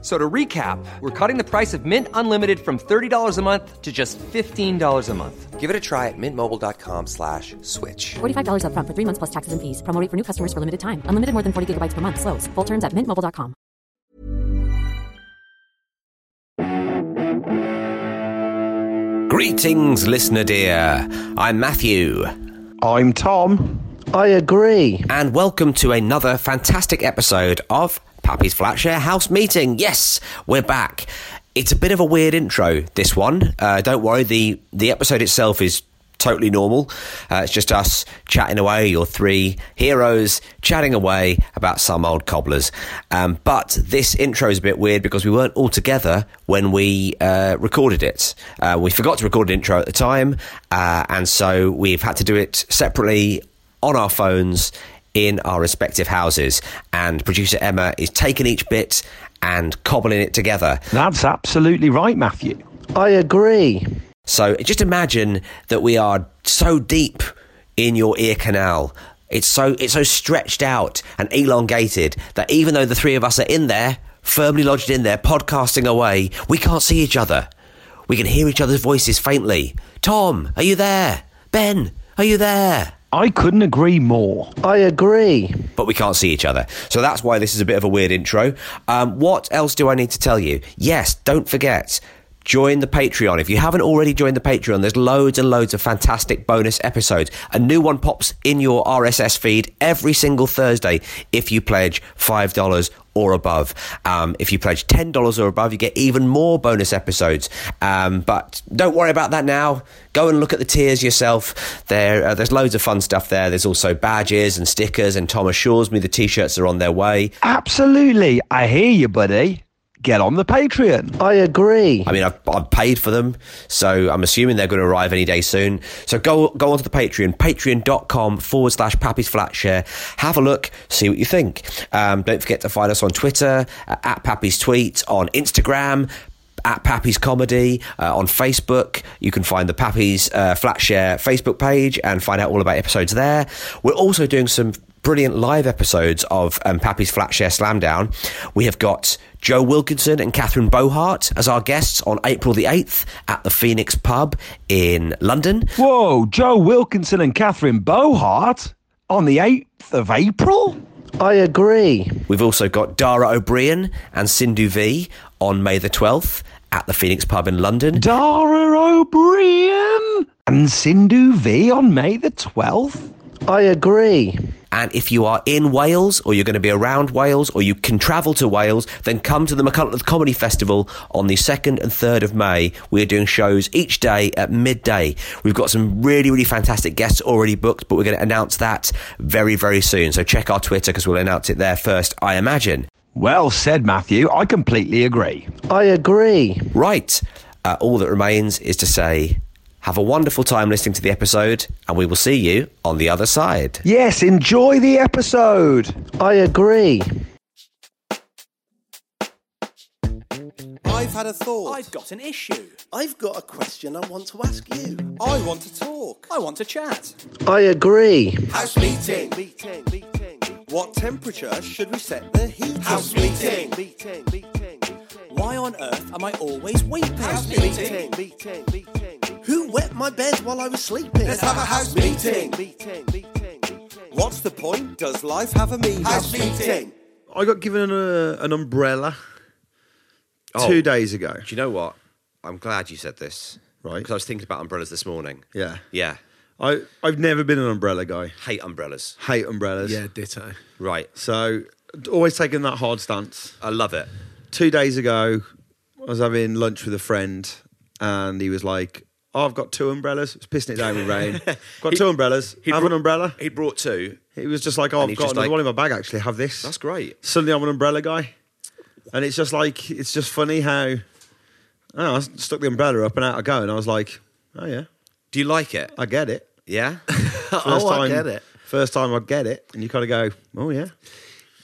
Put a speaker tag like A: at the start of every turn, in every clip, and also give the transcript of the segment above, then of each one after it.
A: So to recap, we're cutting the price of Mint Unlimited from $30 a month to just $15 a month. Give it a try at mintmobile.com slash switch.
B: $45 upfront for three months plus taxes and fees. Promo rate for new customers for limited time. Unlimited more than 40 gigabytes per month. Slows. Full terms at mintmobile.com.
A: Greetings, listener dear. I'm Matthew.
C: I'm Tom.
D: I agree.
A: and welcome to another fantastic episode of Pappy's Flatshare House Meeting. Yes, we're back. It's a bit of a weird intro, this one. Uh, don't worry, the, the episode itself is totally normal. Uh, it's just us chatting away, your three heroes chatting away about some old cobblers. Um, but this intro is a bit weird because we weren't all together when we uh, recorded it. Uh, we forgot to record an intro at the time, uh, and so we've had to do it separately on our phones in our respective houses. And producer Emma is taking each bit and cobbling it together.
C: That's absolutely right, Matthew.
D: I agree.
A: So just imagine that we are so deep in your ear canal. It's so it's so stretched out and elongated that even though the three of us are in there, firmly lodged in there, podcasting away, we can't see each other. We can hear each other's voices faintly. Tom, are you there? Ben, are you there?
C: I couldn't agree more.
D: I agree.
A: but we can't see each other. So that's why this is a bit of a weird intro. Um, what else do I need to tell you? Yes, don't forget. Join the Patreon. If you haven't already joined the Patreon, there's loads and loads of fantastic bonus episodes. A new one pops in your RSS feed every single Thursday if you pledge $5 or above. Um, if you pledge $10 or above, you get even more bonus episodes. Um, but don't worry about that now. Go and look at the tiers yourself. There, uh, There's loads of fun stuff there. There's also badges and stickers, and Tom assures me the t shirts are on their way.
C: Absolutely. I hear you, buddy. Get on the Patreon.
D: I agree.
A: I mean, I've, I've paid for them, so I'm assuming they're going to arrive any day soon. So go go onto the Patreon, patreon.com forward slash Pappy's Flat Share. Have a look, see what you think. Um, don't forget to find us on Twitter, uh, at Pappy's Tweet, on Instagram, at Pappy's Comedy, uh, on Facebook. You can find the Pappy's uh, Flat Share Facebook page and find out all about episodes there. We're also doing some brilliant live episodes of um, Pappy's Flat Share Slamdown. We have got Joe Wilkinson and Catherine Bohart as our guests on April the 8th at the Phoenix Pub in London.
C: Whoa, Joe Wilkinson and Catherine Bohart on the 8th of April?
D: I agree.
A: We've also got Dara O'Brien and Sindhu V on May the 12th at the Phoenix Pub in London.
C: Dara O'Brien and Sindhu V on May the 12th?
D: I agree.
A: And if you are in Wales or you're going to be around Wales or you can travel to Wales, then come to the McCulloch Comedy Festival on the 2nd and 3rd of May. We're doing shows each day at midday. We've got some really, really fantastic guests already booked, but we're going to announce that very, very soon. So check our Twitter because we'll announce it there first, I imagine.
C: Well said, Matthew. I completely agree.
D: I agree.
A: Right. Uh, all that remains is to say, have a wonderful time listening to the episode, and we will see you on the other side.
C: Yes, enjoy the episode.
D: I agree.
E: I've had a thought.
F: I've got an issue.
E: I've got a question I want to ask you. I want to talk.
F: I want to chat.
D: I agree.
E: House meeting. Meeting. Meeting. What temperature should we set the heat? House meeting. Meeting. Meeting.
F: Why on earth am I always weeping?
E: House meeting. Meeting. Meeting. Who wet my bed while I was sleeping? Let's have a house meeting. Meeting. Meeting. What's the point? Does life have a meaning? House meeting.
G: I got given an, uh, an umbrella two
A: Oh.
G: days ago.
A: Do you know what? I'm glad you said this.
G: Right.
A: Because I was thinking about umbrellas this morning.
G: Yeah.
A: Yeah.
G: I, I've never been an umbrella guy.
A: Hate umbrellas.
G: Hate umbrellas.
H: Yeah, ditto.
A: Right.
G: So always taking that hard stance.
A: I love it.
G: Two days ago, I was having lunch with a friend, and he was like, oh, "I've got two umbrellas. It's pissing it down with rain. got two umbrellas.
A: he
G: Have
A: brought-
G: an umbrella."
A: He brought two.
G: He was just like, "Oh,
A: And
G: I've
A: he's
G: got
A: just
G: another
A: like-
G: one in my bag. Actually, have this.
A: That's great.
G: Suddenly, I'm an umbrella guy, and it's just like it's just funny how I, don't know, I stuck the umbrella up and out I go, and I was like, "Oh yeah,
A: Do you like it?
G: I get it."
A: yeah.
H: Oh,
G: First time, First time I get it, and you kind of go, "Oh yeah,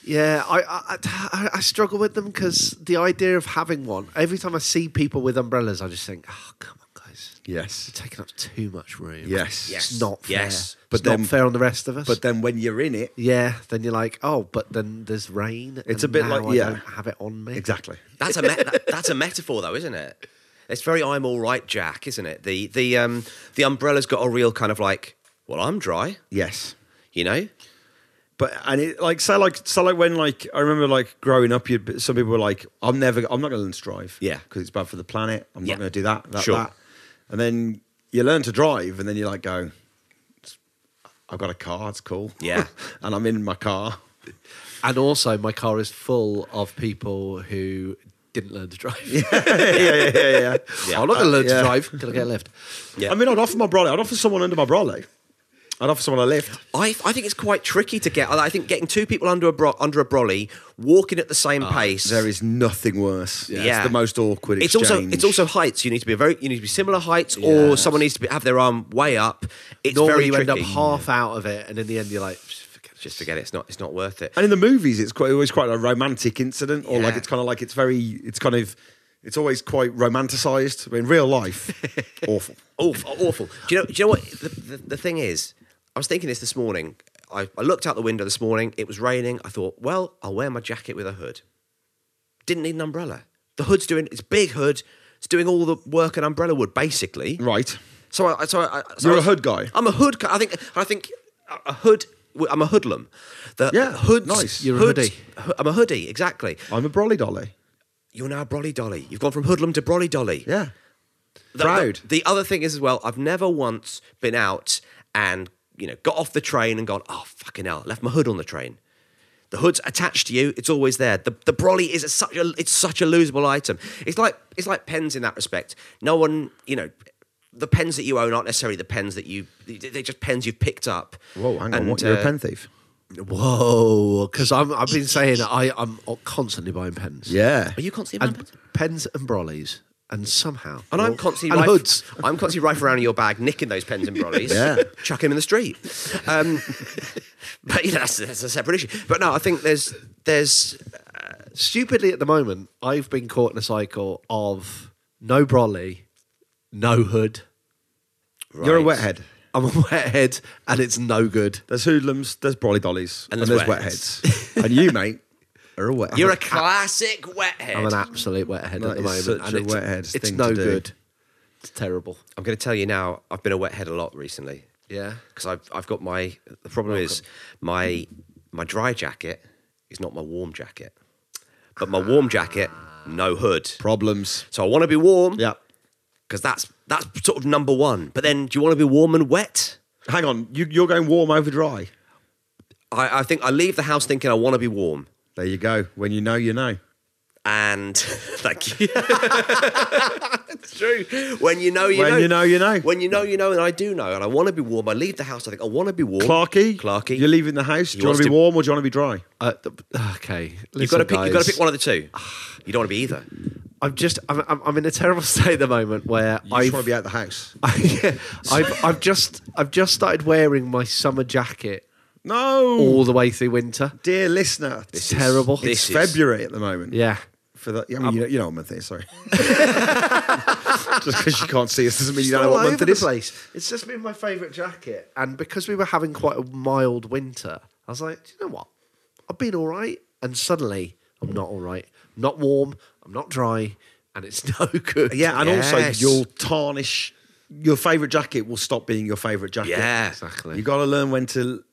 H: Yeah, I I, I, I struggle with them because the idea of having one. Every time I see people with umbrellas, I just think, oh come on, guys,
G: Yes.
H: you're taking up too much room.
G: Yes.
H: it's not fair.
A: Yes.
H: but
G: But
H: it's then,
G: then-
H: not fair on the rest of us.
G: But then when you're in it,
H: yeah, then you're like, oh, but then there's rain.
G: It's
H: and
G: a bit
H: now
G: like-
H: I
G: yeah.
H: don't have it on me.
G: exactly.
A: That's a me- that- that's a metaphor, though, isn't it? It's very I'm all right, Jack, isn't it? The the um the umbrella's got a real kind of like, well, I'm dry,
G: Yes.
A: you know.
G: But and it like say like so like when like I remember like growing up, you would some people were like, I'm never, I'm not going to learn to drive,
A: Yeah.
G: because it's bad for the planet. I'm
A: Yeah.
G: not going to do that, that,
A: Sure.
G: that. And then you learn to drive, and then you like go, I've got a car, it's cool,
A: Yeah.
G: and I'm in my car.
H: And also, my car is full of people who didn't learn to drive.
G: yeah, yeah, yeah, yeah.
H: I'm not going to learn
G: yeah.
H: to drive. Can I get a lift?
A: Yeah.
G: I mean, I'd offer my brolly. I'd offer someone under my brolly. I'd offer someone a lift.
A: I, I think it's quite tricky to get. I think getting two people under a bro- under a brolly, walking at the same pace.
G: There is nothing worse.
A: yeah,
G: It's the most awkward
A: It's
G: exchange.
A: also it's also heights. You need to be very you need to be similar heights, or someone needs to be, have their arm way up. It's
H: Normally,
A: very
H: you
A: tricky.
H: end up half out of it, and in the end, you're like, forget it.
A: Just forget it. It's not it's not worth it.
G: And in the movies, it's quite always quite a romantic incident, or like
A: Yeah.
G: it's kind of like it's very, it's kind of, it's always quite romanticized. But in real life, awful.
A: awful, awful. Do you know? Do you know what the, the, the thing is? I was thinking this this morning. I, I looked out the window this morning. It was raining. I thought, well, I'll wear my jacket with a hood. Didn't need an umbrella. The hood's doing its big hood. It's doing all the work an umbrella would basically.
G: Right.
A: So I, so I, so
G: You're
A: I-
G: a hood guy.
A: I'm a hood guy. I think I think a hood. I'm a hoodlum. The
G: Yeah,
A: hoods.
G: nice.
H: You're a
A: hoods-
H: hoodie.
A: ho- I'm a hoodie. Exactly.
G: I'm a brolly dolly.
A: You're now brolly dolly. You've gone from hoodlum to brolly dolly.
G: Yeah.
A: The-
G: Proud.
A: The, the other thing is as well, I've never once been out and you know got off the train and gone, oh fucking hell, I left my hood on the train. The hood's attached to you; it's always there. The the brolly is a, such a it's such a losable item. It's like it's like pens in that respect. No one, you know, the pens that you own aren't necessarily the pens that you. They're just pens you've picked up.
G: Whoa, hang on.
A: And,
G: What? You're
A: uh,
G: a pen thief.
H: Whoa, because I'm I've been saying I I'm constantly buying pens.
G: Yeah.
A: Are you constantly buying
H: and
A: pens?
H: pens and brollies, and somehow
A: And I'm constantly
H: and
A: rife,
H: hoods.
A: I'm constantly rife around in your bag, nicking those pens and brollies,
G: Yeah.
A: chucking them in the street. Um, but you know, that's, that's a separate issue. But no, I think there's there's
H: Stupidly, at the moment, I've been caught in a cycle of no brolly, no hood.
G: You're a
A: Right.
G: wethead.
H: I'm a wethead, and it's no good.
G: There's hoodlums. There's brolly dollies.
A: And
G: And
A: there's
G: there's,
A: wetheads.
G: wetheads. and you, mate, are a wethead.
A: you're a classic wethead.
H: I'm an absolute wethead at
G: That
H: the moment.
G: is such
H: and
G: a
H: it's,
G: wethead
H: It's
G: thing
H: no
G: to do.
H: good. It's terrible.
A: I'm going to tell you now. I've been a wethead a lot recently.
H: Yeah.
A: because I've I've got my. The problem is my my dry jacket is not my warm jacket, but my warm jacket no hood.
G: problems.
A: So I want to be warm.
G: Yeah.
A: because that's that's sort of number one. But then, do you want to be warm and wet?
G: Hang on. You, you're going warm over dry.
A: I, I think I leave the house thinking I want to be warm,
G: There you go. When you know, you know.
A: and thank you. it's true. When you know, you
G: When
A: know.
G: you know, you know.
A: When you know, you know, and I do know, and I want to be warm. I leave the house. I think I want to be warm.
G: Clarky,
A: Clarky,
G: you're leaving the house. Do
A: He
G: you want
A: wants
G: to be
A: to-
G: warm or do you want to be dry?
H: Uh, th- okay,
A: You've got to
H: listen,
A: pick. You've got to
H: guys.
A: pick one of the two. Ah, You don't want to be either.
H: I'm just. I'm, I'm, I'm in a terrible state at the moment where
G: You
H: I
G: just want to be out the house.
H: yeah, I've, I've just I've just started wearing my summer jacket
G: No,
H: all the way through winter.
G: dear listener,
H: It's terrible.
A: this
G: It's
A: is-
G: February at the moment.
H: Yeah.
G: For the, I mean, you, know, you know what month it is. Sorry. just because you can't see us doesn't mean you don't know
H: all
G: what month
H: over
G: it
H: the
G: is.
H: place. It's just been my favourite jacket, and because we were having quite a mild winter, I was like, do you know what? I've been all right, and suddenly I'm not all right. I'm not warm. I'm not dry, and it's no good.
G: Yeah, and
A: Yes.
G: also you'll tarnish your favorite jacket. Will stop being your favorite jacket.
A: Yeah.
H: exactly.
G: you got to learn when to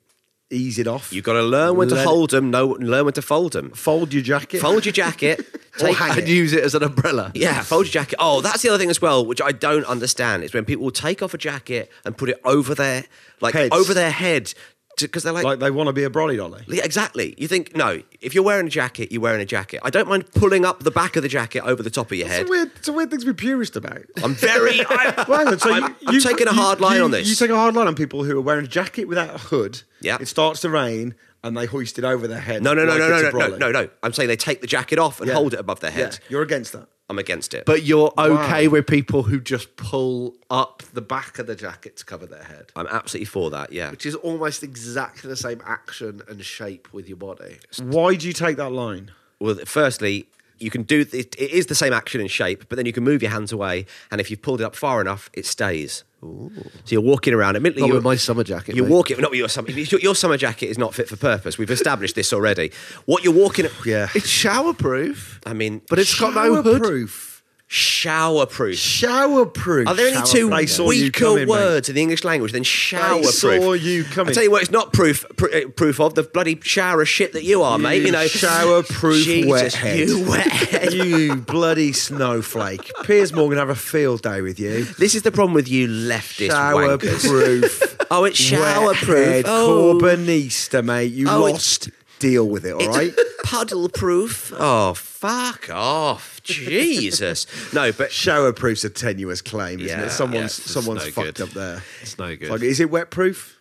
G: ease it off.
A: You've got to learn when to
G: Let it-
A: hold them. Know learn when to fold them.
G: fold your jacket.
A: Fold your jacket.
H: Or
A: take
H: hang and use it as an umbrella.
A: Yeah, fold your jacket. Oh, that's the other thing as well, which I don't understand is when people will take off a jacket and put it over their like
G: Heads.
A: over their head because they're like,
G: like they want to be a brolly dolly.
A: Yeah, exactly. You think no, if you're wearing a jacket, you're wearing a jacket. I don't mind pulling up the back of the jacket over the top of your
G: It's
A: head.
G: a weird. It's a weird thing to be purist about.
A: I'm very. I,
G: Well, hang on, so
A: I'm,
G: you,
A: I'm
G: you-
A: taking a hard
G: you-
A: line
G: you-
A: on this.
G: You take a hard line on people who are wearing a jacket without a hood.
A: Yeah.
G: It starts to rain and they hoist it over their head.
A: No, no, no,
G: like
A: no,
G: it's
A: no,
G: a
A: no, no,
G: brolly.
A: no, no. I'm saying they take the jacket off and
G: Yeah.
A: hold it above their head.
G: Yeah, You're against that.
A: I'm against it.
H: But you're okay
G: Wow.
H: with people who just pull up the back of the jacket to cover their head,
A: I'm absolutely for that. Yeah.
H: which is almost exactly the same action and shape with your body.
G: Why do you take that line?
A: Well, firstly, you can do it, it is the same action and shape, but then you can move your hands away, and if you've pulled it up far enough, it stays. So you're walking around. Admittedly,
H: Not
A: you're,
H: with my summer jacket,
A: You're
H: mate.
A: walking. Not with your summer. Your, your summer jacket is not fit for purpose. We've established this already. What you're walking.
G: Yeah.
H: It's showerproof,
A: I mean,
H: but it's got no hood.
G: Proof.
A: shower proof.
G: Shower proof.
A: Are there any two
G: They saw you
A: weaker
G: coming, mate.
A: words in the English language than shower proof?
G: saw you coming.
A: I tell you what, it's not proof pr- uh, proof of the bloody shower of shit that you are, mate. You know,
G: shower-proof
A: Jesus,
G: wethead.
A: You wethead.
G: you bloody snowflake. Piers Morgan have a field day with you.
A: This is the problem with you leftist
G: Shower
A: wankers.
G: proof.
A: Oh, it's shower proof.
G: Wethead,
A: Oh,
G: Corbinista, mate. You
A: Oh, it's-
G: lost. Deal with it, all
A: it's
G: right?
A: puddle proof. Oh, fuck off, Jesus. No, but
G: Shower proof's a tenuous claim, isn't
A: Yeah,
G: it? Someone's
A: yeah, it's
G: someone's
A: no
G: fucked
A: good.
G: up there.
A: It's no good.
G: Like, is it wet proof?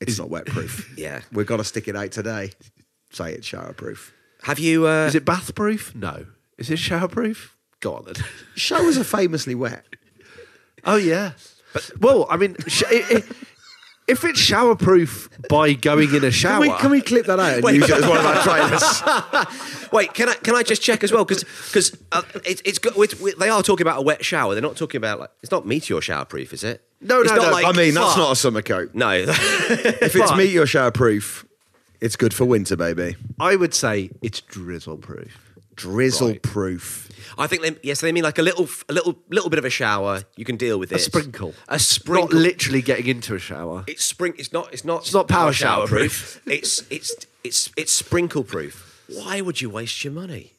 G: It's not wet proof.
A: Yeah.
G: We've got to stick it out today. Say it's shower proof.
A: have you? Uh,
H: Is it bathproof? No. Is it showerproof? Go on then.
G: Showers are famously wet.
H: Oh yeah. well, I mean, sh- i i if it's showerproof by going in a
G: Can
H: shower,
G: we, can we clip that out and
A: Wait.
G: use it as one of our trailers?
A: Wait, can I can I just check as well? Because because uh, it, it's got with, with, they are talking about a wet shower. They're not talking about like it's not meteor shower proof, is it?
H: No,
A: It's
H: no,
A: not
H: no.
A: like-
G: I mean, that's
A: fuck.
G: not a summer coat.
A: no.
G: If it's meteor shower proof, it's good for winter, baby.
H: I would say it's drizzle proof.
G: Drizzle proof.
A: I think they yes, they mean like a little a little little bit of a shower. You can deal with it.
H: A sprinkle.
A: A
H: Not
A: sprinkle.
H: literally getting into a shower.
A: It's spring. It's not. It's not.
H: It's not power shower
A: proof. it's it's it's it's sprinkle proof. Why would you waste your money?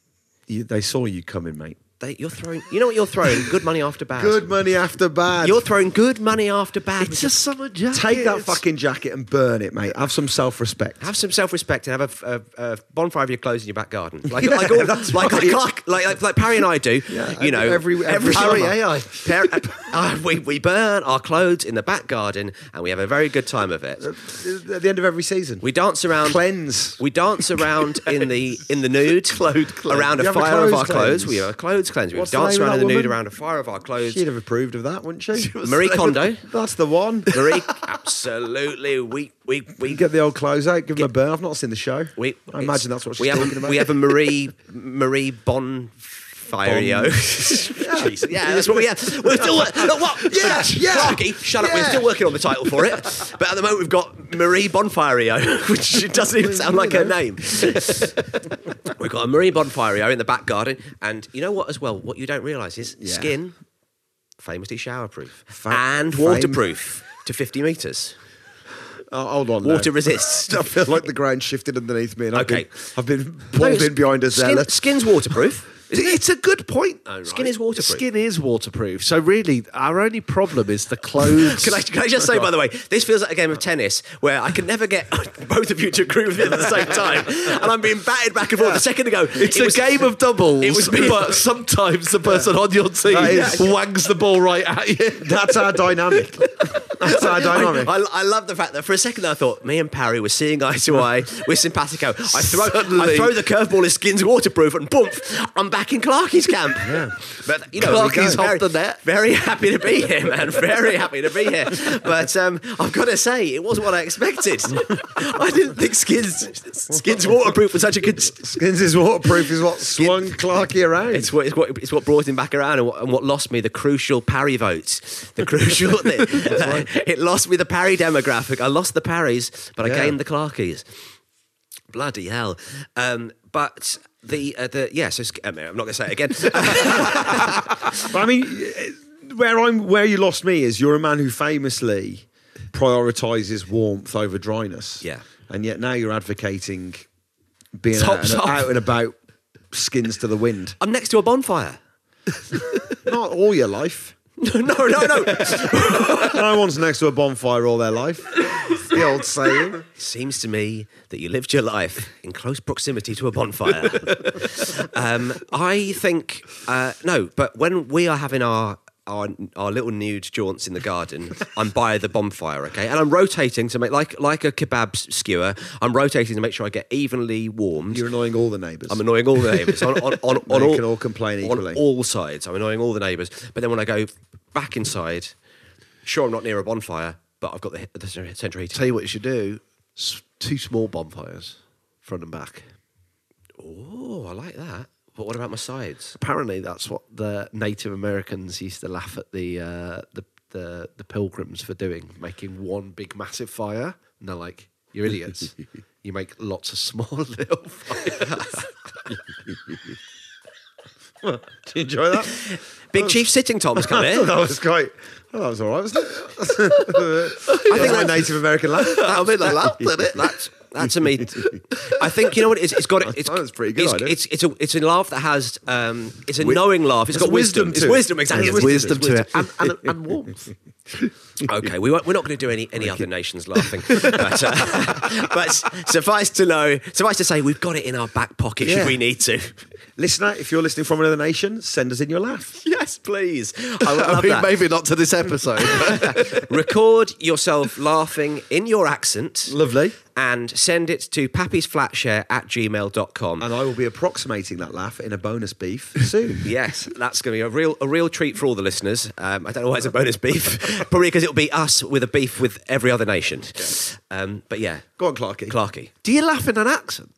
G: You, they saw you coming, mate.
A: They, you're throwing. You know what you're throwing? Good money after bad.
G: Good money after bad.
A: You're throwing good money after bad.
H: It's a summer jacket.
G: Take that fucking jacket and burn it, mate. Have some self respect.
A: Have some self-respect and have a, a, a bonfire of your clothes in your back garden, like like, all, like, like, like like like Parry and I do. you know,
G: every- every
A: summer.
G: Parry, eh, I?
A: Parry- uh, we we burn our clothes in the back garden and we have a very good time of it.
G: At the end of every season,
A: We dance around.
G: Cleanse.
A: Um, We dance around in the in the nude.
G: cleanse.
A: Around a
G: You have a
A: fire of
G: clothes
A: our clothes.
G: cleanse.
A: We have a clothes cleanse. We
G: What's the
A: dance
G: name of
A: around in
G: that
A: the nude
G: woman?
A: around a fire of our clothes.
G: She'd have approved of that, wouldn't she?
A: Marie Kondo.
G: That's the one.
A: Marie, absolutely. We we we
G: You get the old clothes out, give them a burn. I've not seen the show.
A: We,
G: I imagine that's what she's
A: we have.
G: talking
A: a,
G: about.
A: We have a Marie Marie Bonfirio. yeah, Jesus, yeah, that's what we have. We're still look, what? Yeah, yeah. Clarky, shut up. We're still working on the title for it, but at the moment we've got Marie Bonfirio, which doesn't even sound like her name. we've got a Marie Bonfirio in the back garden, and you know what? As well, what you don't realise is
G: Yeah.
A: skin, famously showerproof
G: Fa-
A: and
G: fam-
A: waterproof to fifty metres.
G: Oh, hold on.
A: Water
G: now.
A: resists.
G: I feel like the ground shifted underneath me, and I've
A: Okay.
G: been, I've been pulled in behind a
A: skin,
G: zealot.
A: skin's waterproof. isn't it?
H: It's a good point, though.
A: Skin
H: right?
A: is waterproof.
H: Skin is waterproof. So really, our only problem is the clothes.
A: Can I, can I just say, by the way, this feels like a game of tennis where I can never get both of you to agree with me at the same time, and I'm being batted back and forth. A second ago,
H: It's
A: it
H: a
A: was-
H: game of doubles,
A: it was me-
H: but sometimes the person on your team
G: That is-
H: wags the ball right at you.
G: That's our dynamic. That's our dynamic.
A: I, I love the fact that for a second I thought me and Parry were seeing eye to eye. We're simpatico. I throw, I
H: Suddenly-
A: throw the curveball. His skin's waterproof, and boom, I'm back in Clarky's camp. But you know,
H: Clarke's
A: very-
H: off the net.
A: Very happy to be here, man. Very happy to be here. But um, I've got to say, it wasn't what I expected. I didn't think skins skins waterproof was such a good.
G: Skins is waterproof, is what swung Clarky around.
A: It's what, it's, what, it's what brought him back around and what, and what lost me the crucial parry votes. The crucial. the, it lost me the parry demographic. I lost the parries, but I
G: Yeah.
A: gained the Clarkies. Bloody hell. Um, but the, uh, the yeah, so sk- I mean, I'm not going to say it again.
G: But I mean, where I'm, where you lost me is you're a man who famously prioritizes warmth over dryness.
A: Yeah.
G: and yet now you're advocating being out
A: Tops
G: and,
A: off.
G: out and about, skins to the wind.
A: I'm next to a bonfire.
G: Not all your life.
A: no, no, no.
G: No one's next to a bonfire all their life. It's the old saying.
A: Seems to me that you lived your life in close proximity to a bonfire. um, I think uh, no, but when we are having our our, our little nude jaunts in the garden. I'm by the bonfire, okay, and I'm rotating to make like like a kebab s- skewer. I'm rotating to make sure I get evenly warmed.
G: You're annoying all the neighbours.
A: I'm annoying all the neighbours on, on, on, on
G: They
A: all,
G: can all complain
A: on
G: equally.
A: all sides. I'm annoying all the neighbours, but then when I go back inside, sure I'm not near a bonfire, but I've got the, the central heating.
H: Tell you what you should do: s- two small bonfires, front and back.
A: Oh, I like that. But what about my sides?
H: Apparently, that's what the Native Americans used to laugh at the uh, the, the the pilgrims for doing, making one big massive fire, and they're like, "You're idiots! you make lots of small little fires."
G: Do you enjoy that?
A: Big Chief Sitting Tom's come
G: Oh. I thought
A: in.
G: that was quite. I thought that was all right, wasn't it? I think my Native American laugh.
H: I mean, they laughed at it.
A: That's that's a me. I think you know what it is. It's got. It's,
G: thought it was pretty good
A: It's
G: idea.
A: it's it's a, it's a laugh that has. Um, it's a knowing laugh.
G: it's
A: it's got
G: a wisdom
A: wisdom.
G: to
A: It's
G: it.
A: wisdom exactly.
G: There's
A: It's
H: Wisdom to it, and, and, and warmth.
A: Okay, we won't, we're not going to do any, any other nations laughing, but, uh, but suffice to know, suffice to say, we've got it in our back pocket
G: Yeah.
A: should we need to.
G: Listener, if you're listening from another nation, send us in your laugh.
A: Yes, please. I would
H: I
A: love
H: mean,
A: that.
H: maybe not to this episode.
A: Record yourself laughing in your accent.
G: Lovely.
A: And send it to pappy'sflatshare at gmail.com.
G: And I will be approximating that laugh in a bonus beef soon.
A: Yes, that's going to be a real a real treat for all the listeners. Um, I don't know why it's a bonus beef, probably because it'll be us with a beef with every other nation. Um, but yeah,
G: Go on, Clarky.
A: Clarky.
H: do you laugh in an accent?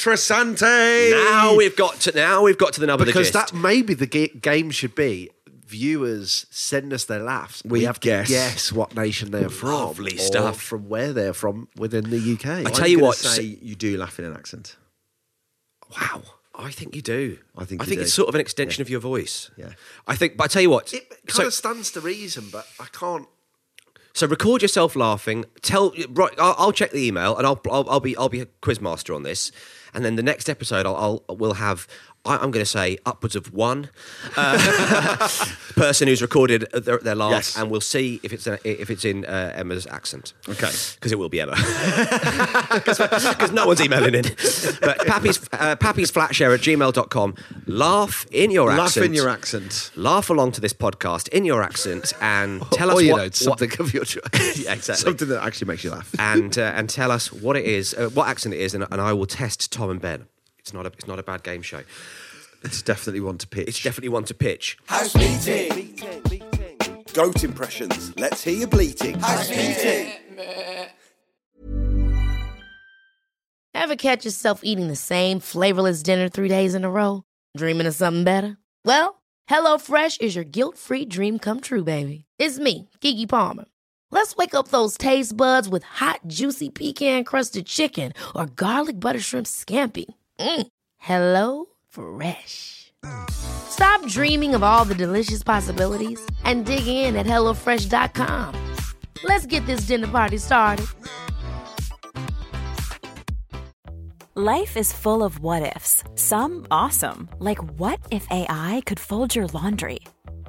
G: Interessante.
A: Now we've got to now we've got to the number
H: Because
A: the gist.
H: that maybe the ga- game should be. Viewers send us their laughs.
G: We guess.
H: to guess what nation they're from,
A: Lovely
H: or
A: stuff.
H: from where they're from within the UK.
A: I tell you
G: gonna
A: what,
G: say you do laugh in an accent.
A: wow, I think you do.
G: I think
A: I
G: you
A: think
G: do.
A: it's sort of an extension of your voice.
G: Yeah.
A: I think. But I tell you what.
H: It kind
A: so-
H: of stands to reason, but I can't.
A: So record yourself laughing. Tell right, I'll, I'll check the email and I'll, I'll I'll be I'll be a quiz master on this, and then the next episode I'll, I'll we'll have. I, I'm going to say upwards of one uh, person who's recorded their, their laugh,
G: Yes.
A: and we'll see if it's in, if it's in uh, Emma's accent.
G: Okay.
A: because it will be Emma, because no one's emailing in. But Pappy's uh, Pappy's Flatshare at gmail.com. Laugh in your
G: Laugh
A: accent.
G: in your accent.
A: Laugh along to this podcast in your accent and tell
H: or,
A: us
H: you
A: what,
H: know,
A: what-
H: something of your choice.
A: yeah, exactly.
G: Something that actually makes you laugh.
A: and uh, and tell us what it is, uh, what accent it is, and, and I will test Tom and Ben. It's not a it's not a bad game show.
G: It's definitely one to pitch.
A: It's definitely one to pitch.
E: House meeting. Goat impressions. Let's hear your bleating. House meeting.
I: Ever catch yourself eating the same flavorless dinner three days in a row? Dreaming of something better? Well, HelloFresh is your guilt free dream come true, baby. It's me, Gigi Palmer. Let's wake up those taste buds with hot, juicy pecan crusted chicken or garlic butter shrimp scampi. Mm. Hello Fresh. Stop dreaming of all the delicious possibilities and dig in at HelloFresh.com. Let's get this dinner party started.
J: Life is full of what ifs. Some awesome, like what if AI could fold your laundry?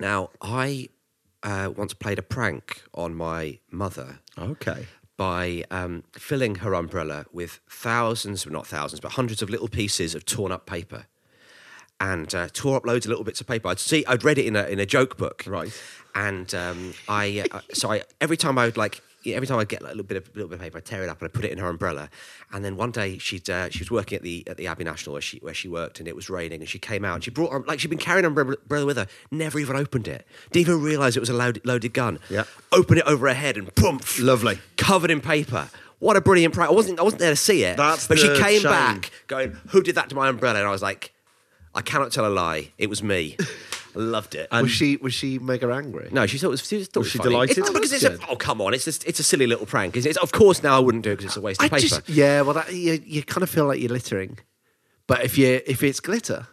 A: Now I uh, once played a prank on my mother
G: Okay.
A: by um, filling her umbrella with thousands, well, not thousands, but hundreds of little pieces of torn up paper. And uh, tore up loads of little bits of paper. I'd see, I'd read it in a in a joke book,
G: Right.
A: And um, I, uh, so I every time I would like every time I would get like, a little bit of little bit of paper, I would tear it up and I would put it in her umbrella. And then one day she'd uh, she was working at the at the Abbey National where she where she worked, and it was raining, and she came out and she brought um, like she'd been carrying an umbrella umbrella with her, never even opened it, didn't even realise it was a loaded, loaded gun.
G: Yeah.
A: opened it over her head and poof,
G: Lovely.
A: covered in paper. What a brilliant prank! I wasn't, I wasn't there to see it,
G: That's
A: but she
G: the
A: came
G: shame.
A: back going, "Who did that to my umbrella?" And I was like, "I cannot tell a lie. It was me." I loved it.
H: was she was she mega angry?
A: no, she thought it was. She, thought
G: Was
A: it
G: she
A: funny.
G: delighted?
A: It's,
G: Oh,
A: because
G: that's
A: it's a, oh come on, it's just, it's a silly little prank. It's, it's, of course now I wouldn't do it because it's a waste of
H: I
A: paper.
H: just- yeah, well, that, you, you kind of feel like you're littering, but if you if it's glitter,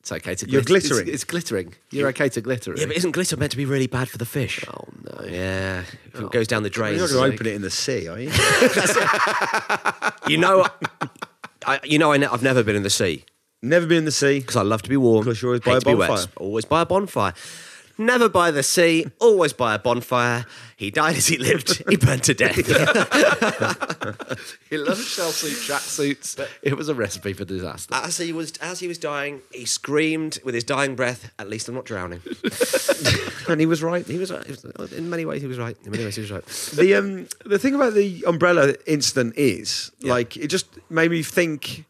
H: It's okay to glitter.
G: You're
H: it's-
G: glittering.
H: It's, glittering. You're okay to glitter. it.
A: Yeah, but isn't glitter meant to be really bad for the fish?
H: oh no. Oh.
A: Yeah, if it goes down the drains.
G: You're not going to open it in the sea, are you?
A: You know, I, you know, I ne- I've never been in the sea
G: Never been in the sea.
A: because I love to be warm.
G: 'Cause you always
A: hate
G: buy a
A: to be wet.
G: bonfire.
A: Always by a bonfire. Never by the sea. Always by a bonfire. He died as he lived. He burned to death.
H: He loves shell suit tracksuits. It was a recipe for disaster.
A: as he was as he was dying, he screamed with his dying breath. At least I'm not drowning. and he was right. He was, right. He was- in many ways. He was right. In many ways, he was right.
G: the um the thing about the umbrella incident is like it just made me think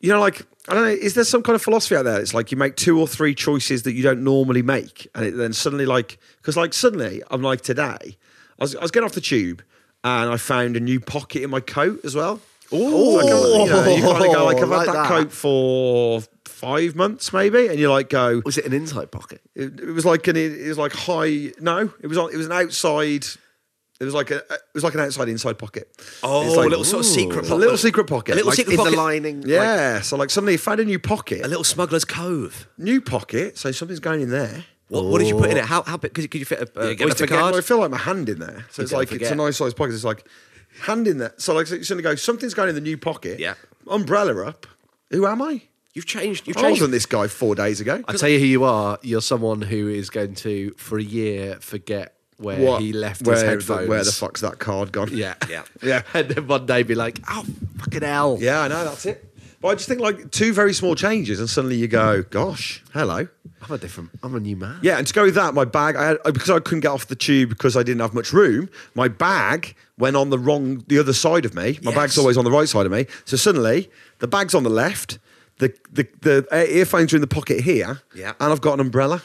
G: you know like i don't know is there some kind of philosophy out there it's like you make two or three choices that you don't normally make and it then suddenly like because like suddenly i'm like today i was, I was getting off the tube and i found a new pocket in my coat as well Oh, you, know, you kind of go like I've
H: Like
G: had that,
H: that.
G: coat for five months maybe, and you like go.
H: Was it an inside pocket?
G: It, it was like an it was like high. No, it was on. It was an outside. It was like a. It was like an outside inside pocket.
A: Oh,
G: It's
A: a little sort of secret
G: It's A
A: pocket.
G: little secret pocket.
A: A little
G: like-
A: secret
H: in the
A: pocket.
H: lining, like-
G: Yeah. so like suddenly you found a new pocket,
A: A
G: a little
A: little smuggler's cove.
G: new pocket. So something's going in there.
A: What, what did you put in it? How how big? Could you, could you fit a, a
G: I
A: oyster
G: think I,
A: card?
G: I feel like my hand in there. So it's
A: don't
G: like it's a
A: forget.
G: nice sized pocket. It's like hand in there. So like so you suddenly go something's going in the new pocket.
A: Yeah.
G: Umbrella up. Who am I?
A: You've changed. You've
G: I
A: changed.
G: wasn't this guy four days ago.
H: I tell you who you are. You're someone who is going to, for a year, forget where
G: What-
H: he left
G: where
H: his
G: the-
H: headphones.
G: where the fuck's that card gone?
H: Yeah,
A: Yeah.
H: yeah. And then one day be like, oh fucking hell.
G: Yeah, I know that's it. But I just think like two very small changes, and suddenly you go, "Gosh, hello."
H: I'm a different. I'm a new man.
G: Yeah, and to go with that, my bag, I had, uh, because I couldn't get off the tube because I didn't have much room. My bag went on the wrong, the other side of me. My bag's always on the right side of me. So suddenly, the bag's on the left. The the, the uh, earphones are in the pocket here.
A: Yeah.
G: and I've got an umbrella.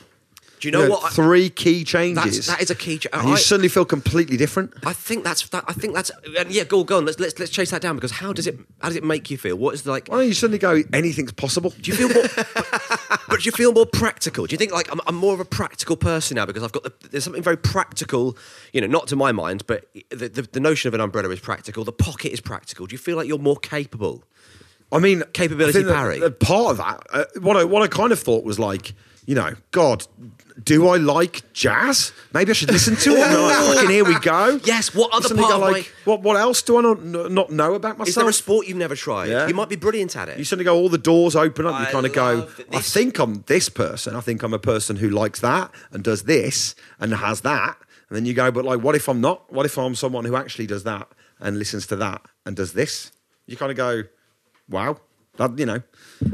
A: Do you know what? I-
G: Three key changes.
A: That's- that is a key cha-
G: And you
A: I-
G: suddenly feel completely different.
A: I think that's. That, I think that's. And yeah, go, go on. Let's let's let's chase that down because how does it how does it make you feel? What is like?
G: Why don't you suddenly go? Anything's possible.
A: Do you feel more? but do you feel more practical? Do you think like I'm, I'm more of a practical person now because I've got the, there's something very practical, you know, not to my mind, but the, the the notion of an umbrella is practical. The pocket is practical. Do you feel like you're more capable?
G: I mean,
A: Capability
G: I think that-
A: parry.
G: that part of that, uh, what I what I kind of thought was like, you know, God, do I like jazz? Maybe I should listen to it. And I'm like, fucking here we go.
A: Yes, what other
G: Suddenly
A: part
G: go
A: of
G: like, what what else do I not n- not know about myself?
A: Is there a sport you've never tried?
G: Yeah.
A: You might be brilliant at it.
G: You suddenly go, all the doors open up. and
A: I
G: You kind of go,
A: love
G: I
A: this.
G: think I'm this person. I think I'm a person who likes that and does this and has that. And then you go, but like, what if I'm not? What if I'm someone who actually does that and listens to that and does this? You kind of go, wow. That, you know,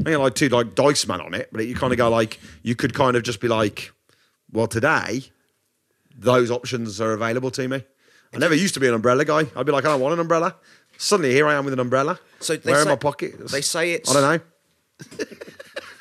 G: I mean, like two like dice man on it, but you kind of go like, you could kind of just be like, well, today those options are available to me. I never used to be an umbrella guy. I'd be like, I don't want an umbrella. Suddenly, here I am with an umbrella.
A: So they
G: where in
A: say-
G: my pocket?
A: they say it's-
G: I don't know.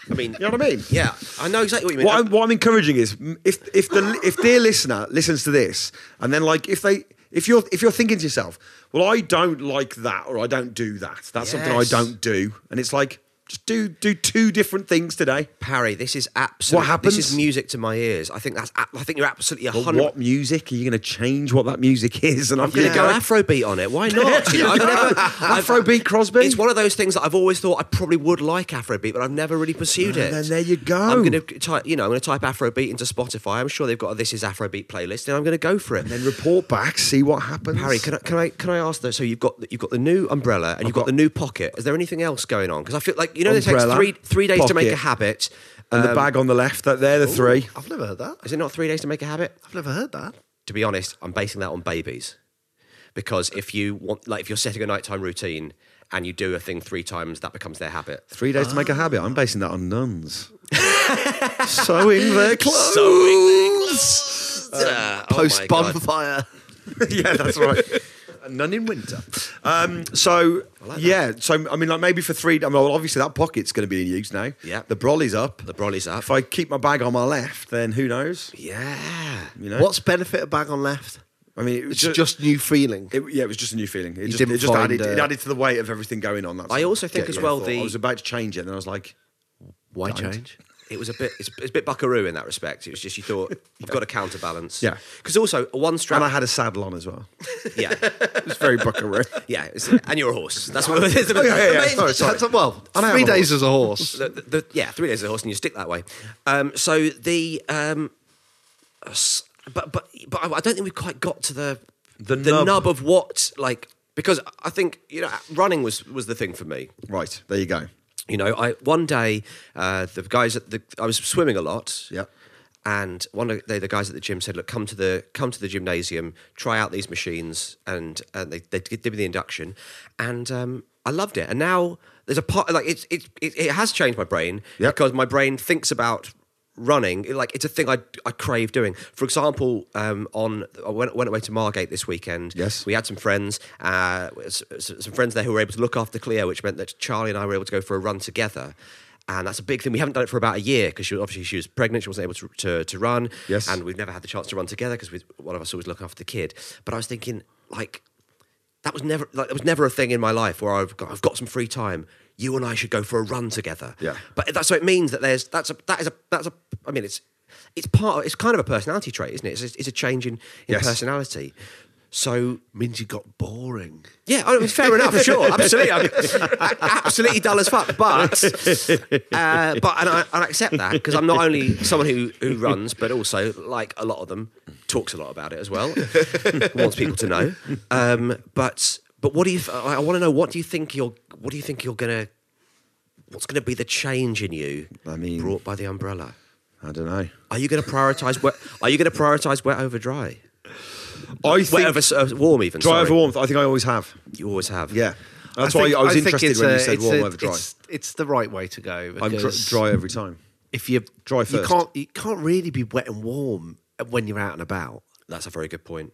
A: I mean,
G: You know what I mean?
A: yeah, I know exactly what you mean.
G: What I'm, what I'm encouraging is mm, if if the if dear listener listens to this and then like if they if you're if you're thinking to yourself, well, I don't like that or I don't do that. That's something I
A: Yes.
G: don't do, and it's like just do do two different things today.
A: Parry, this is absolutely.
G: What happens?
A: This is music to my ears. I think that's. ab- I think you're absolutely a
G: But
A: hundred.
G: what music are you going to change? What that music is, and I'm
A: I'm
G: going
A: gonna go
G: to go.
A: Afrobeat on it. Why not? You know, I've never, I've-
G: Afrobeat Crosby?
A: It's one of those things that I've always thought I probably would like Afrobeat, but I've never really pursued
G: Well,
A: it.
G: Ah, then there you go.
A: I'm gonna type, you know, I'm gonna type Afrobeat into Spotify. I'm sure they've got a This Is Afrobeat playlist, and I'm gonna go for it.
G: Then report back, see what happens.
A: Harry, can I, can I can I ask though? So you've got you've got the new umbrella and you've got,
G: got-
A: the new pocket. Is there anything else going on? Because I feel like you know, it
G: Umbrella,
A: takes three three days to make a
G: pocket,
A: habit.
G: and the
A: Um,
G: bag on the left, that they're the three.
H: I've never heard that.
A: Is it not three days to make a habit?
H: I've never heard that.
A: to be honest, I'm basing that on babies. Because if you want, like, if you're setting a nighttime routine and you do a thing three times, that becomes their habit.
G: Three days to make a habit. I'm basing that on nuns. Sewing their clothes.
A: Uh, oh my
H: Post
A: Oh God.
H: bonfire.
G: yeah, that's right. None in winter. Um, so yeah, so I mean, like maybe for three. I mean, well, obviously that pocket's going to be in use now.
A: Yeah.
G: the brolly's up.
A: The brolly's up.
G: If I keep my bag on my left, then who knows?
A: Yeah.
G: You know.
H: What's benefit of bag on left?
G: I mean, it was
H: It's
G: ju-
H: just, new feeling.
G: It, yeah, it was just a new feeling. It just,
H: didn't
G: it just
H: find,
G: added, it
H: uh,
G: added to the weight of everything going on. That's
A: I also think
G: Yeah,
A: as
G: yeah,
A: well
G: I thought-
A: the-
G: I was about to change it, and then I was like,
H: Why change?
A: It was a bit, it's, it's a bit buckaroo in that respect. It was just you thought I've got to counterbalance.
G: Yeah.
A: Because also one strap.
G: And I had a saddle on as well.
A: yeah,
G: It was very buckaroo.
A: yeah. it's- and you're a horse. That's what it is.
G: Oh, yeah, yeah, yeah.
A: Amazing.
G: Sorry, sorry.
H: That's- well,
G: And I
H: three
G: have a
H: days
G: horse.
H: as a horse.
A: the, the, yeah, three days of a horse and you stick that way. Um, so the um, s- but but but I I don't think we've quite got to the
G: The
A: nub.
G: nub.
A: of what like because I think you know running was was the thing for me.
G: Right, there you go.
A: You know, I one day uh, the guys at the I was swimming a lot.
G: Yeah.
A: And one day the guys at the gym said, "Look, come to the come to the gymnasium, try out these machines," and and they they did me the induction, and um, I loved it. And now there's a part like it's it it, it has changed my brain
G: Yeah.
A: because my brain thinks about running like it's a thing I, I crave doing. For example, um, on I went, went away to Margate this weekend.
G: Yes.
A: we had some friends, uh, s- s- some friends there who were able to look after Cleo, which meant that Charlie and I were able to go for a run together. And that's a big thing. We haven't done it for about a year because she, obviously she was pregnant. She wasn't able to, to, to run.
G: Yes.
A: And we've never had the chance to run together because one of us always looking after the kid. But I was thinking, like, that was never like that was never a thing in my life where I've got, I've got some free time. You and I should go for a run together.
G: Yeah.
A: But that's so it means that there's that's a that is a that's a I mean it's it's part of, it's kind of a personality trait, isn't it? It's, it's a change in, in
G: Yes.
A: personality. So
H: means you got boring.
A: yeah, I mean, fair enough. Sure, absolutely, I mean, a- absolutely dull as fuck. But, uh, but, and I, and I accept that because I'm not only someone who who runs, but also like a lot of them talks a lot about it as well. wants people to know. Um, but but what do you? I want to know what do you think you're? What do you think you're gonna? What's gonna be the change in you?
G: I mean-
A: brought by the umbrella.
G: I don't know.
A: Are you gonna prioritize wet? Are you gonna prioritize wet over dry?
G: I
A: Wet
G: think
A: over s- uh, warm, even.
G: dry
A: sorry.
G: over warmth. I think I always have.
A: You always have.
G: Yeah, that's
H: think-
G: why I was
H: think
G: interested
H: it's
G: when
H: a-
G: you said
H: it's
G: warm
H: a-
G: over dry.
H: It's, it's the right way to go.
G: I'm dry,
H: because
G: dry every time.
H: If you
G: dry
H: you
G: first.
H: can't you can't really be wet and warm when you're out and about.
A: That's a very good point.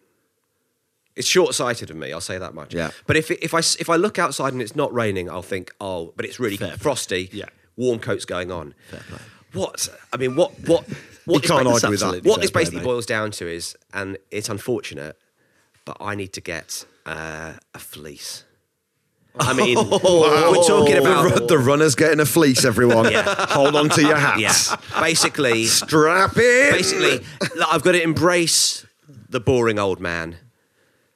A: It's short-sighted of me. I'll say that much.
G: Yeah.
A: But if if I s- if I look outside and it's not raining, I'll think, oh, but it's really frosty.
H: Yeah.
A: Warm coats going on. What I mean, what what what
G: You can't
A: this-
G: argue with that.
A: What this
G: Fair play,
A: basically
G: mate.
A: boils down to is, and it's unfortunate, but I need to get uh, a fleece. I mean, we're talking about
G: Oh, the, runners getting a fleece. Everyone,
A: Yeah.
G: hold on to your hats.
A: yeah. Basically,
G: Strap in.
A: basically, like, I've got to embrace the boring old man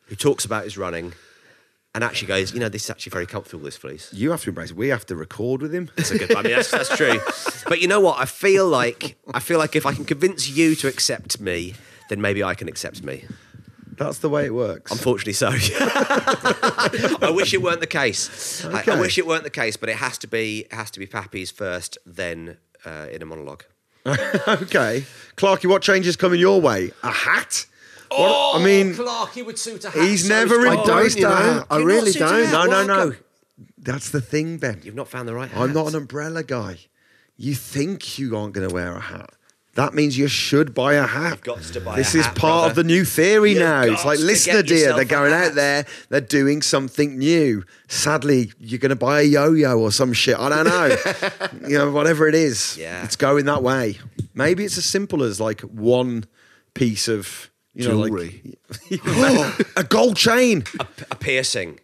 A: who talks about his running and actually goes, you know, this is actually very comfortable, this fleece.
G: you have to embrace. it. We have to record with him.
A: That's a good. I mean, that's, that's true. But you know what? I feel like I feel like if I can convince you to accept me, then maybe I can accept me.
G: That's the way it works.
A: Unfortunately, so. I wish it weren't the case. I- I,
G: Okay.
A: wish it weren't the case, but it has to be. It has to be Pappy's first, then uh, in a monologue.
G: okay, Clarky, what changes coming your way? A hat? What- I mean,
A: Oh, Clark, he would suit a hat.
G: he's never
H: I don't,
G: embraced
H: you
G: a
H: know.
G: hat.
H: I really don't.
G: No, no, no. That's the thing, Ben.
A: You've not found the right. Hat.
G: I'm not an umbrella guy. You think you aren't going to wear a hat. That means you should buy a hat.
A: You've got to buy
G: this
A: a
G: is
A: hat,
G: part
A: brother.
G: of the new theory
A: You've
G: now.
A: got
G: It's like,
A: to
G: listener
A: get
G: dear,
A: yourself
G: they're
A: a
G: going
A: hat.
G: out there, they're doing something new. Sadly, you're going to buy a yo-yo or some shit. I don't know. you know, whatever it is,
A: Yeah.
G: it's going that way. Maybe it's as simple as like one piece of you know, like-
H: Jewelry.
G: a gold chain.
A: a piercing.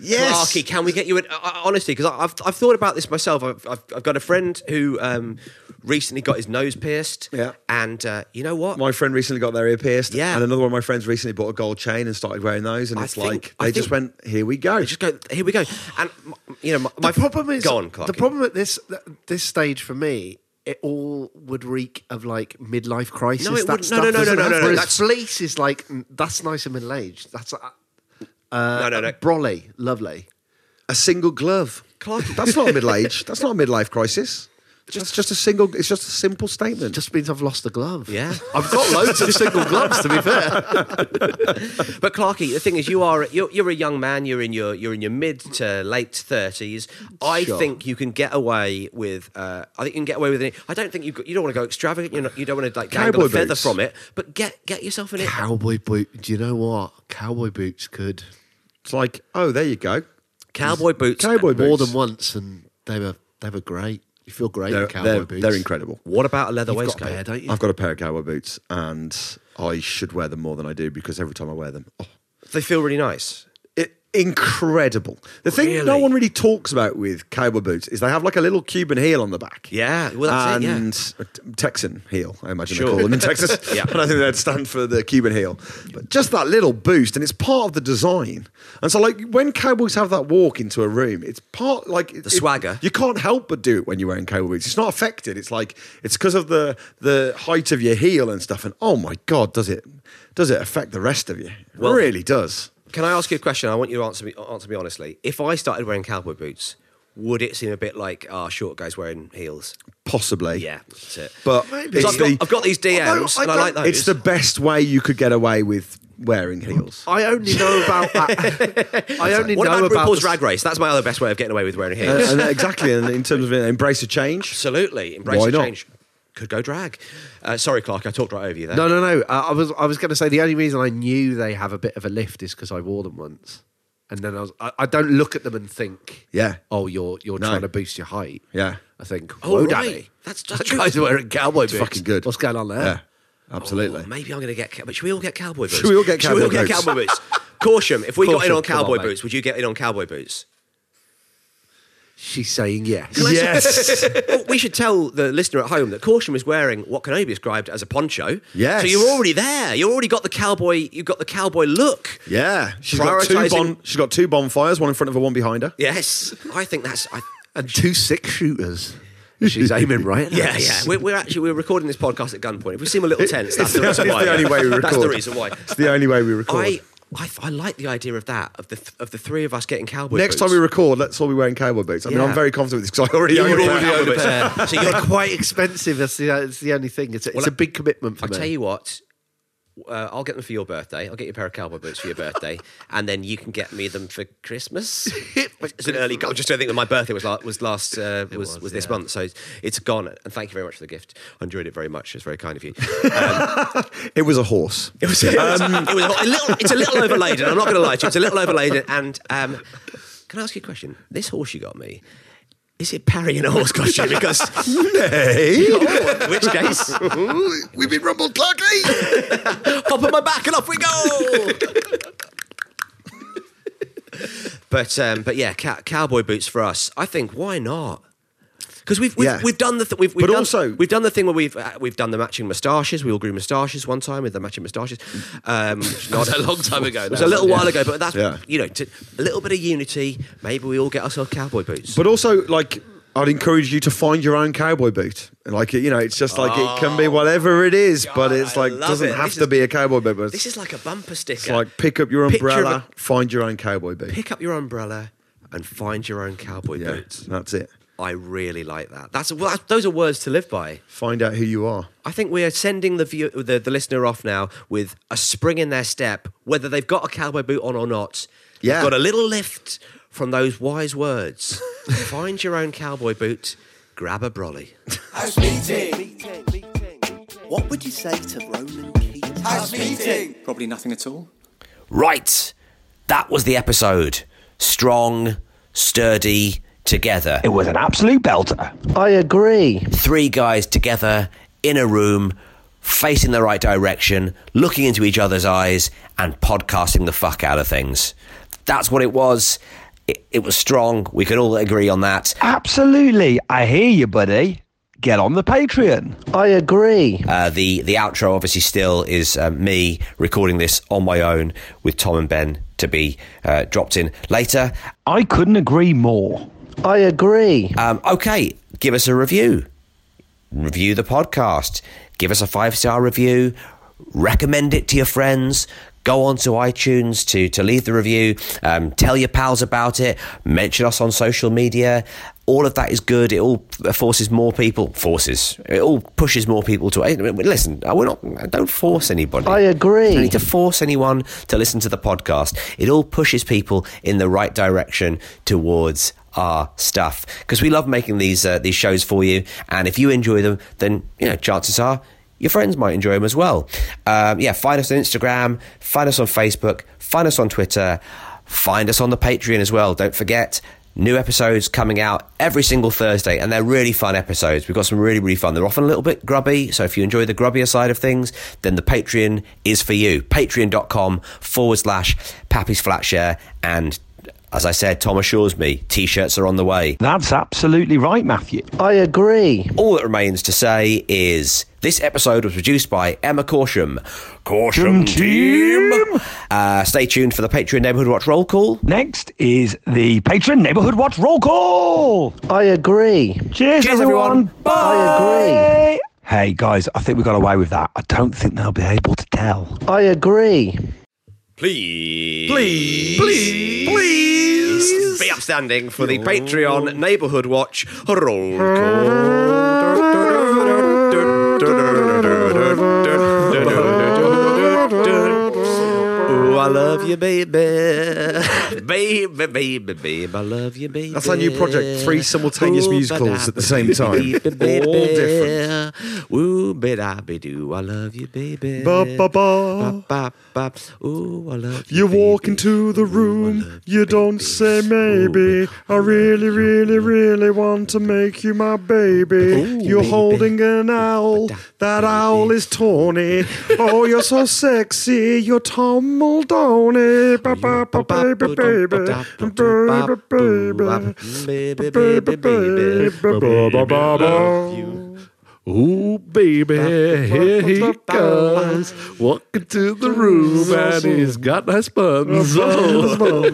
G: Yes.
A: Clarky, can we get you an? I- I- Honestly, because I've, I've thought about this myself. I've, I've, I've got a friend who um, recently got his nose pierced.
G: Yeah.
A: And uh, you know what?
G: My friend recently got their ear pierced.
A: Yeah.
G: And another one of my friends recently bought a gold chain and started wearing those. And
A: I
G: it's
A: think-
G: like,
A: I
G: they just
A: think-
G: went, here we go.
A: They just go. Here we go. And m- you know, my, my
H: the problem is
A: go on, Clarky.
H: the problem at this this stage for me. It all would reek of like midlife crisis.
A: No, it
H: that
A: wouldn't. No,
H: stuff,
A: no, no,
H: doesn't
A: no, no,
H: it?
A: no, no,
H: Whereas
A: that's-
H: fleece is like mm, that's nice and middle aged. That's uh,
A: No, no, no.
H: brolly, lovely.
G: a single glove. That's not middle age. That's not a midlife crisis. Just, just a single, it's just a simple statement.
H: Just means I've lost the glove.
A: Yeah.
H: I've got loads of single gloves. To be fair,
A: But Clarky, the thing is, you are you're, you're a young man. You're in your you're in your mid to late thirties. I
H: Sure.
A: think you can get away with. Uh, I think you can get away with it. I don't think you got- you don't want to go extravagant. You're not, you don't want to like dangle a
G: Cowboy
A: feather
G: boots.
A: from it. But get get yourself an.
H: cowboy boot. Oh, Do you know what cowboy boots could?
G: It's like, oh, there you go.
A: Cowboy boots.
G: Cowboy
H: Wore
G: boots.
H: them once, and they were they were great. You feel great
G: They're,
H: in cowboy
G: they're-
H: boots.
G: they're incredible.
A: What about a leather
H: You've got
A: waistcoat?
H: a pair, don't you?
G: I've got a pair of cowboy boots and I should wear them more than I do because every time I wear them, oh,
A: They feel really nice.
G: it, incredible. The thing no
A: Really?
G: one really talks about with cowboy boots is they have like a little Cuban heel on the back.
A: Yeah, well, that's it, yeah.
G: and a t- Texan heel, I imagine
A: Sure.
G: they call them in Texas.
A: Yeah.
G: I don't think they'd stand for the Cuban heel. But just that little boost, and it's part of the design. And so, like, when cowboys have that walk into a room, it's part, like... The
A: swagger.
G: you can't help but do it when you're wearing cowboy boots. It's not affected. It's like, it's because of the the height of your heel and stuff. And, oh, my God, does it does it affect the rest of you? It
A: Well-
G: really does.
A: Can I ask you a question? I want you to answer me, answer me honestly. If I started wearing cowboy boots, would it seem a bit like our short guys wearing heels?
G: Possibly.
A: Yeah, that's it.
G: But
A: Maybe.
G: it's
A: I've got-
G: the-
A: I've got these DMs, and I like
G: don't- It's
A: those.
G: the best way you could get away with wearing heels.
H: I only know about that. I only
A: What
H: know
A: about
H: about
A: RuPaul's
H: the-
A: Drag Race? That's my other best way of getting away with wearing
G: Uh,
A: heels.
G: and exactly. And in terms of embrace a change,
A: Absolutely. Embrace
G: Why
A: the
G: not?
A: change. Could go drag. Uh, sorry, Clark, I talked right over you there.
H: No, no, no. Uh, I was I was going to say the only reason I knew they have a bit of a lift is because I wore them once, and then I was I, I don't look at them and think,
G: Yeah.
H: oh, you're you're
G: No.
H: trying to boost your height.
G: Yeah.
H: I think,
A: Oh,
H: oh,
A: right.
H: daddy,
A: That's- that's
H: that
A: true.
H: guy's wearing cowboy
G: It's
H: boots.
G: fucking good.
H: What's going on there?
G: yeah, absolutely.
A: Oh, maybe I'm going to get. cow- But should we all get cowboy boots?
G: Should we all get
A: Should we all get
G: cowboy boots?
A: cowboy boots? Caution! If we got in
H: Caution,
A: on
H: come on,
A: cowboy
H: mate.
A: boots, would you get in on cowboy boots?
H: She's saying yes.
G: yes.
A: Well, we should tell the listener at home that Caution was wearing what can only be described as a poncho.
G: Yes.
A: So you're already there. You already got the cowboy. You've got the cowboy look.
G: yeah. She's got, two
A: Prioritising-
G: bon- she's got two bonfires, one in front of her, one behind her.
A: Yes. I think that's. I,
H: and two six shooters. She's aiming right. At
A: yeah, yeah.
H: us.
A: We're, we're actually we're recording this podcast at gunpoint. If we seem a little tense, that's
G: it's
A: the
G: the-
A: reason
G: it's
A: why.
G: the only way we
A: That's the
G: record.
A: reason why.
G: It's the only way we record.
A: I, I I like the idea of that of the th- of the three of us getting cowboy
G: Next
A: boots.
G: time we record, let's all be wearing cowboy boots. I mean,
A: Yeah.
G: I'm very confident with this because I already own
A: You're
G: a
A: already
G: pair.
A: over there. So you're
H: quite expensive. That's the, that's the only thing. It's, it's
A: Well,
H: a big commitment for
A: I'll
H: me.
A: tell you what. Uh, I'll get them for your birthday. I'll get you a pair of cowboy boots for your birthday, and then you can get me them for Christmas. it's an early goal. Just don't think that my birthday was la- was last uh, was, was this month, so it's, it's gone. And thank you very much for the gift. I enjoyed it very much. It's very kind of you.
G: It was a horse.
A: It was, it was, it was a little. It's a little overladen. I'm not going to lie to you. It's a little overladen. And um, can I ask you a question? This horse you got me. Is it Parry in a horse costume? Because
G: Hey,
A: Oh, in which case,
G: we've been rumbled, Clarky.
A: hop on my back and off we go. but um, but yeah, cow- cowboy boots for us. I think why not? Because we've we've,
G: Yeah.
A: we've done the th- we've, we've
G: But
A: done,
G: also-
A: we've done the thing where we've uh, we've done the matching moustaches. We all grew moustaches one time with the matching moustaches. Um, not a long time ago. It was a little while ago, but that's
G: Yeah.
A: you know to, a little bit of unity. Maybe we all get ourselves cowboy boots.
G: But also, like, I'd encourage you to find your own cowboy boot. And, Like, you know, it's just like it can be whatever it is, but
A: Oh, God,
G: it's
A: I
G: like
A: love
G: doesn't
A: it.
G: have
A: This
G: to
A: is-
G: be a cowboy boot. But
A: this is like a bumper sticker.
G: it's like pick up your
A: Picture of
G: umbrella,
A: a-
G: find your own cowboy boot.
A: pick up your umbrella and find your own cowboy
G: yeah,
A: boots.
G: that's it.
A: I really like that. That's well, that's, those are words to live by.
G: Find out who you are.
A: I think we are sending the, view, the the listener off now with a spring in their step, whether they've got a cowboy boot on or not. They've
G: Yeah.
A: got a little lift from those wise words. Find your own cowboy boot. Grab a brolly.
K: House meeting. What would you say to Ronan Keating? House meeting.
E: Probably nothing at all.
L: Right, that was the episode. Strong, sturdy, together.
C: It was an absolute belter.
M: I agree.
L: Three guys together in a room, facing the right direction, looking into each other's eyes, and podcasting the fuck out of things. That's what it was. It, it was strong. We could all agree on that.
C: Absolutely. I hear you, buddy. Get on the Patreon.
M: I agree.
L: Uh, the the outro obviously still is uh, me recording this on my own with Tom and Ben to be uh, dropped in later.
C: I couldn't agree more.
M: I agree.
L: Um, okay, give us a review. Review the podcast. Give us a five star review. Recommend it to your friends. Go on to iTunes to, to leave the review. Um, tell your pals about it. Mention us on social media. All of that is good. It all forces more people. Forces. It all pushes more people to. eh, Listen, we're not. Don't force anybody.
M: I agree.
L: You don't need to force anyone to listen to the podcast. It all pushes people in the right direction towards our stuff because we love making these uh, these shows for you. And if you enjoy them, then you know chances are your friends might enjoy them as well. Um, yeah, find us on Instagram, find us on Facebook, find us on Twitter, find us on the Patreon as well. Don't forget
N: New episodes coming out every single Thursday, and they're really fun episodes. We've got some really, really fun. They're often a little bit grubby, so if you enjoy the grubbier side of things, then the Patreon is for you. Patreon.com forward slash Pappy's Flatshare. And as I said, Tom assures me t shirts are on the way.
C: That's absolutely right, Matthew.
N: I agree. All that remains to say is this episode was produced by Emma Corsham. Corsham team. Uh, stay tuned for the Patreon Neighbourhood Watch roll call.
C: Next is the patron neighborhood watch roll call. I agree. Cheers,
N: Cheers,
C: everyone.
N: everyone.
C: Bye. I agree. Hey guys, I think we got away with that. I don't think they'll be able to tell.
O: I agree.
A: Please. Please. Please. Please. Be upstanding for the Patreon Neighbourhood Watch roll Oh, I love you, baby. baby, baby, babe. I love you, baby.
G: That's our new project, three simultaneous
A: Ooh,
G: musicals at the same time.
A: ba-da-ba-ba-ba.
G: All different.
A: Woo, bit I be do. I love you, baby.
G: Ba, ba,
A: ba. Ba, ba, ba. Ooh, I love
G: You walk into the room, you don't say maybe. I really, really, really want to make you my baby. You're holding an owl, that owl is tawny. Oh, you're so sexy, you're Tom Muldooney. Ba, ba, ba, Baby, baby, baby, baby.
A: baby, baby, baby.
G: Ba-ba-ba-ba.
H: Ooh, baby, here he comes. Walk into the room and he's got nice buns. Oh.
A: lovely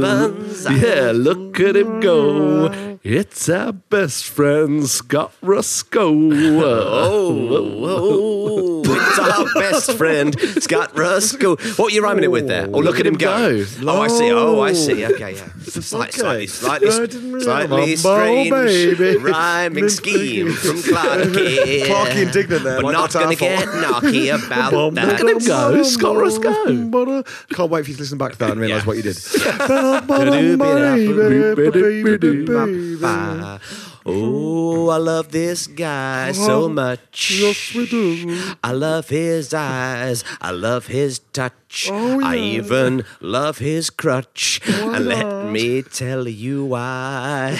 A: buns.
H: Yeah, look at him go. It's our best friend, Scott Roscoe.
A: Oh, it's our best friend, Scott Rusko. What are you rhyming it with there? Oh, look at him go. Oh, I see. Oh, I see. Okay, yeah. Slight, Slightly, slightly,
H: I didn't realise.
A: slightly
H: Bumble
A: strange
H: baby.
A: rhyming scheme from Clarky.
G: Clarky indignant there,
A: But
G: like
A: not
G: that's our
A: going to get
G: fault.
A: knocky about
G: Bum,
A: that.
G: bum, bum, bum,
H: bum,
G: bum. Can't wait for you to listen back to that and realise what you did.
A: Oh, I love this guy so much. Yes, we do. I love his eyes. I love his touch. I even love his crutch. and let me tell you why.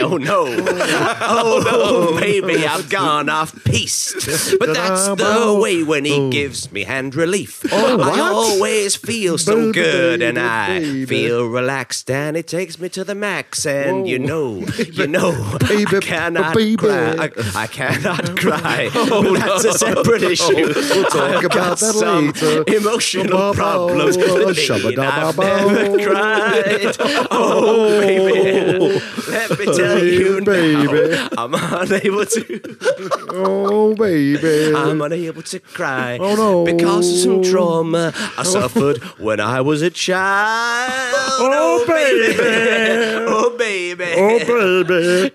A: oh no! oh no, baby, I've gone off piste. But that's the way when he gives me hand relief.
H: Oh,
A: I
H: what?
A: always feel so
H: Baby,
A: good, and I
H: baby.
A: feel relaxed, and it takes me to the max. And you know, you know, I cannot
H: baby.
A: cry. I, I cannot cry.
H: Oh,
A: but that's a
H: no,
A: separate
H: no.
A: issue.
H: We'll talk
A: I've
H: about
A: got
H: that
A: some
H: later.
A: emotional
H: Ba-ba-ba,
A: problems. that mean I've never
H: shabba-dabba-bow.
A: cried. Oh, baby, let me tell you
H: Baby.
A: now, I'm unable to.
H: Oh, baby.
A: I'm unable to cry
H: Oh, no. Oh.
A: because of some trauma I suffered when I was a child. Oh, baby. Oh, baby.
H: Oh, baby.
A: Clarky,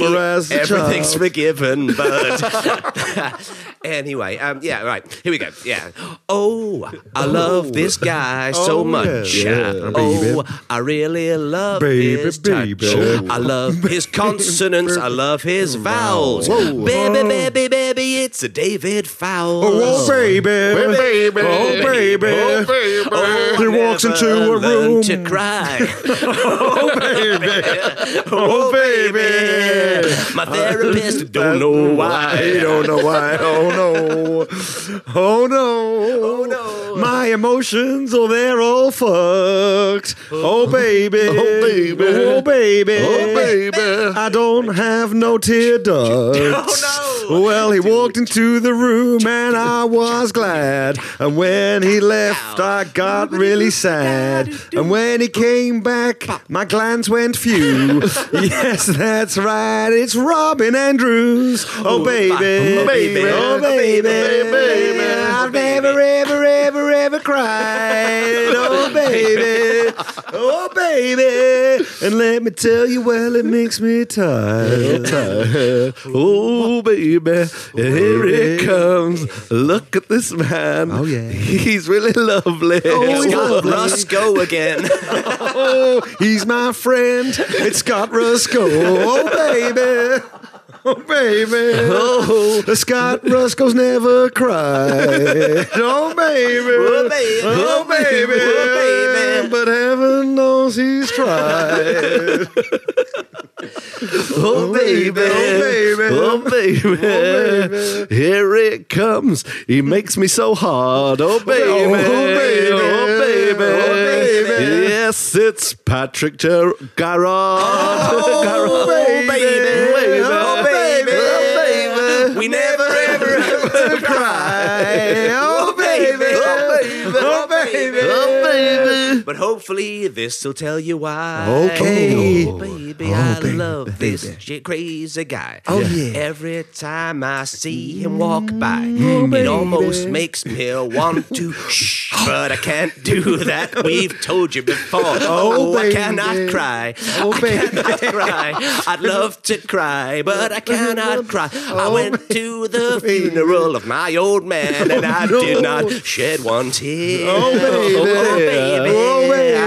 H: Trauma as a
A: everything's
H: child.
A: forgiven, but anyway, um, yeah, right. Here we go. Yeah. Oh, I love this guy so
H: Oh,
A: much.
H: yeah. Yeah,
A: oh, I really love
H: Baby,
A: his
H: baby.
A: touch.
G: Oh.
A: I love his consonants. I love his vowels. Baby, baby, baby, it's a David Fowl.
G: Oh, baby.
H: Baby.
G: Oh, baby.
A: Oh,
H: baby.
A: Oh,
G: He walks
A: never
G: into a
A: learn
G: room.
A: to cry. oh, baby. Oh, baby. My therapist don't know why.
G: I don't know why. Oh no. Oh no. Oh no. My emotions, oh, they're all fucked. Oh baby. Oh baby. Oh baby.
H: Oh, baby.
G: I don't have no tear ducts. Oh no. Well, he walked into the room and I was glad. And when he left, I got really sad. And when he came back, my glands went few. yes, that's right. It's Robin Andrews. Oh, baby.
H: Oh, baby.
G: Oh, baby.
H: Oh, baby.
G: I've never, ever, ever, ever cried. Oh, baby. Oh, baby. And let me tell you, well, it makes me tired. tired.
H: Oh, baby, here it comes. Look at this man. Oh, yeah. He's really lovely.
A: It's got Roscoe again.
G: Oh, he's my friend. It's Scott Rusco. Oh, baby. Oh, baby. Oh, Scott Rusco's never cried. Oh, baby.
A: Oh, baby.
G: Oh, baby.
A: Oh, baby.
G: But heaven knows else he's tried. oh, baby. Oh, baby. Here it comes. He makes me so hard. Oh, baby. Oh, baby. Oh, baby. Yes, it's Patrick Ter- Garrod. Oh,
A: baby.
G: Oh, baby. Oh, baby.
A: We never, ever have to cry. Oh, baby. Oh, baby. Oh, baby. Oh, baby. But hopefully, this will tell you why.
G: Okay.
A: Oh, baby, I love this j- crazy guy.
G: Oh, Yeah.
A: Every time I see him walk by,
G: Mm,
A: it almost makes me want to shh. But I can't do that. We've told you before.
G: Oh,
A: Oh, I
G: baby.
A: cannot cry.
G: Oh, baby.
A: I cannot cry. I'd love to cry, but I cannot cry.
G: Oh,
A: I went to the funeral of my old man and I did not shed one tear.
G: Oh, baby.
A: Oh, baby.
G: Oh, baby.
A: I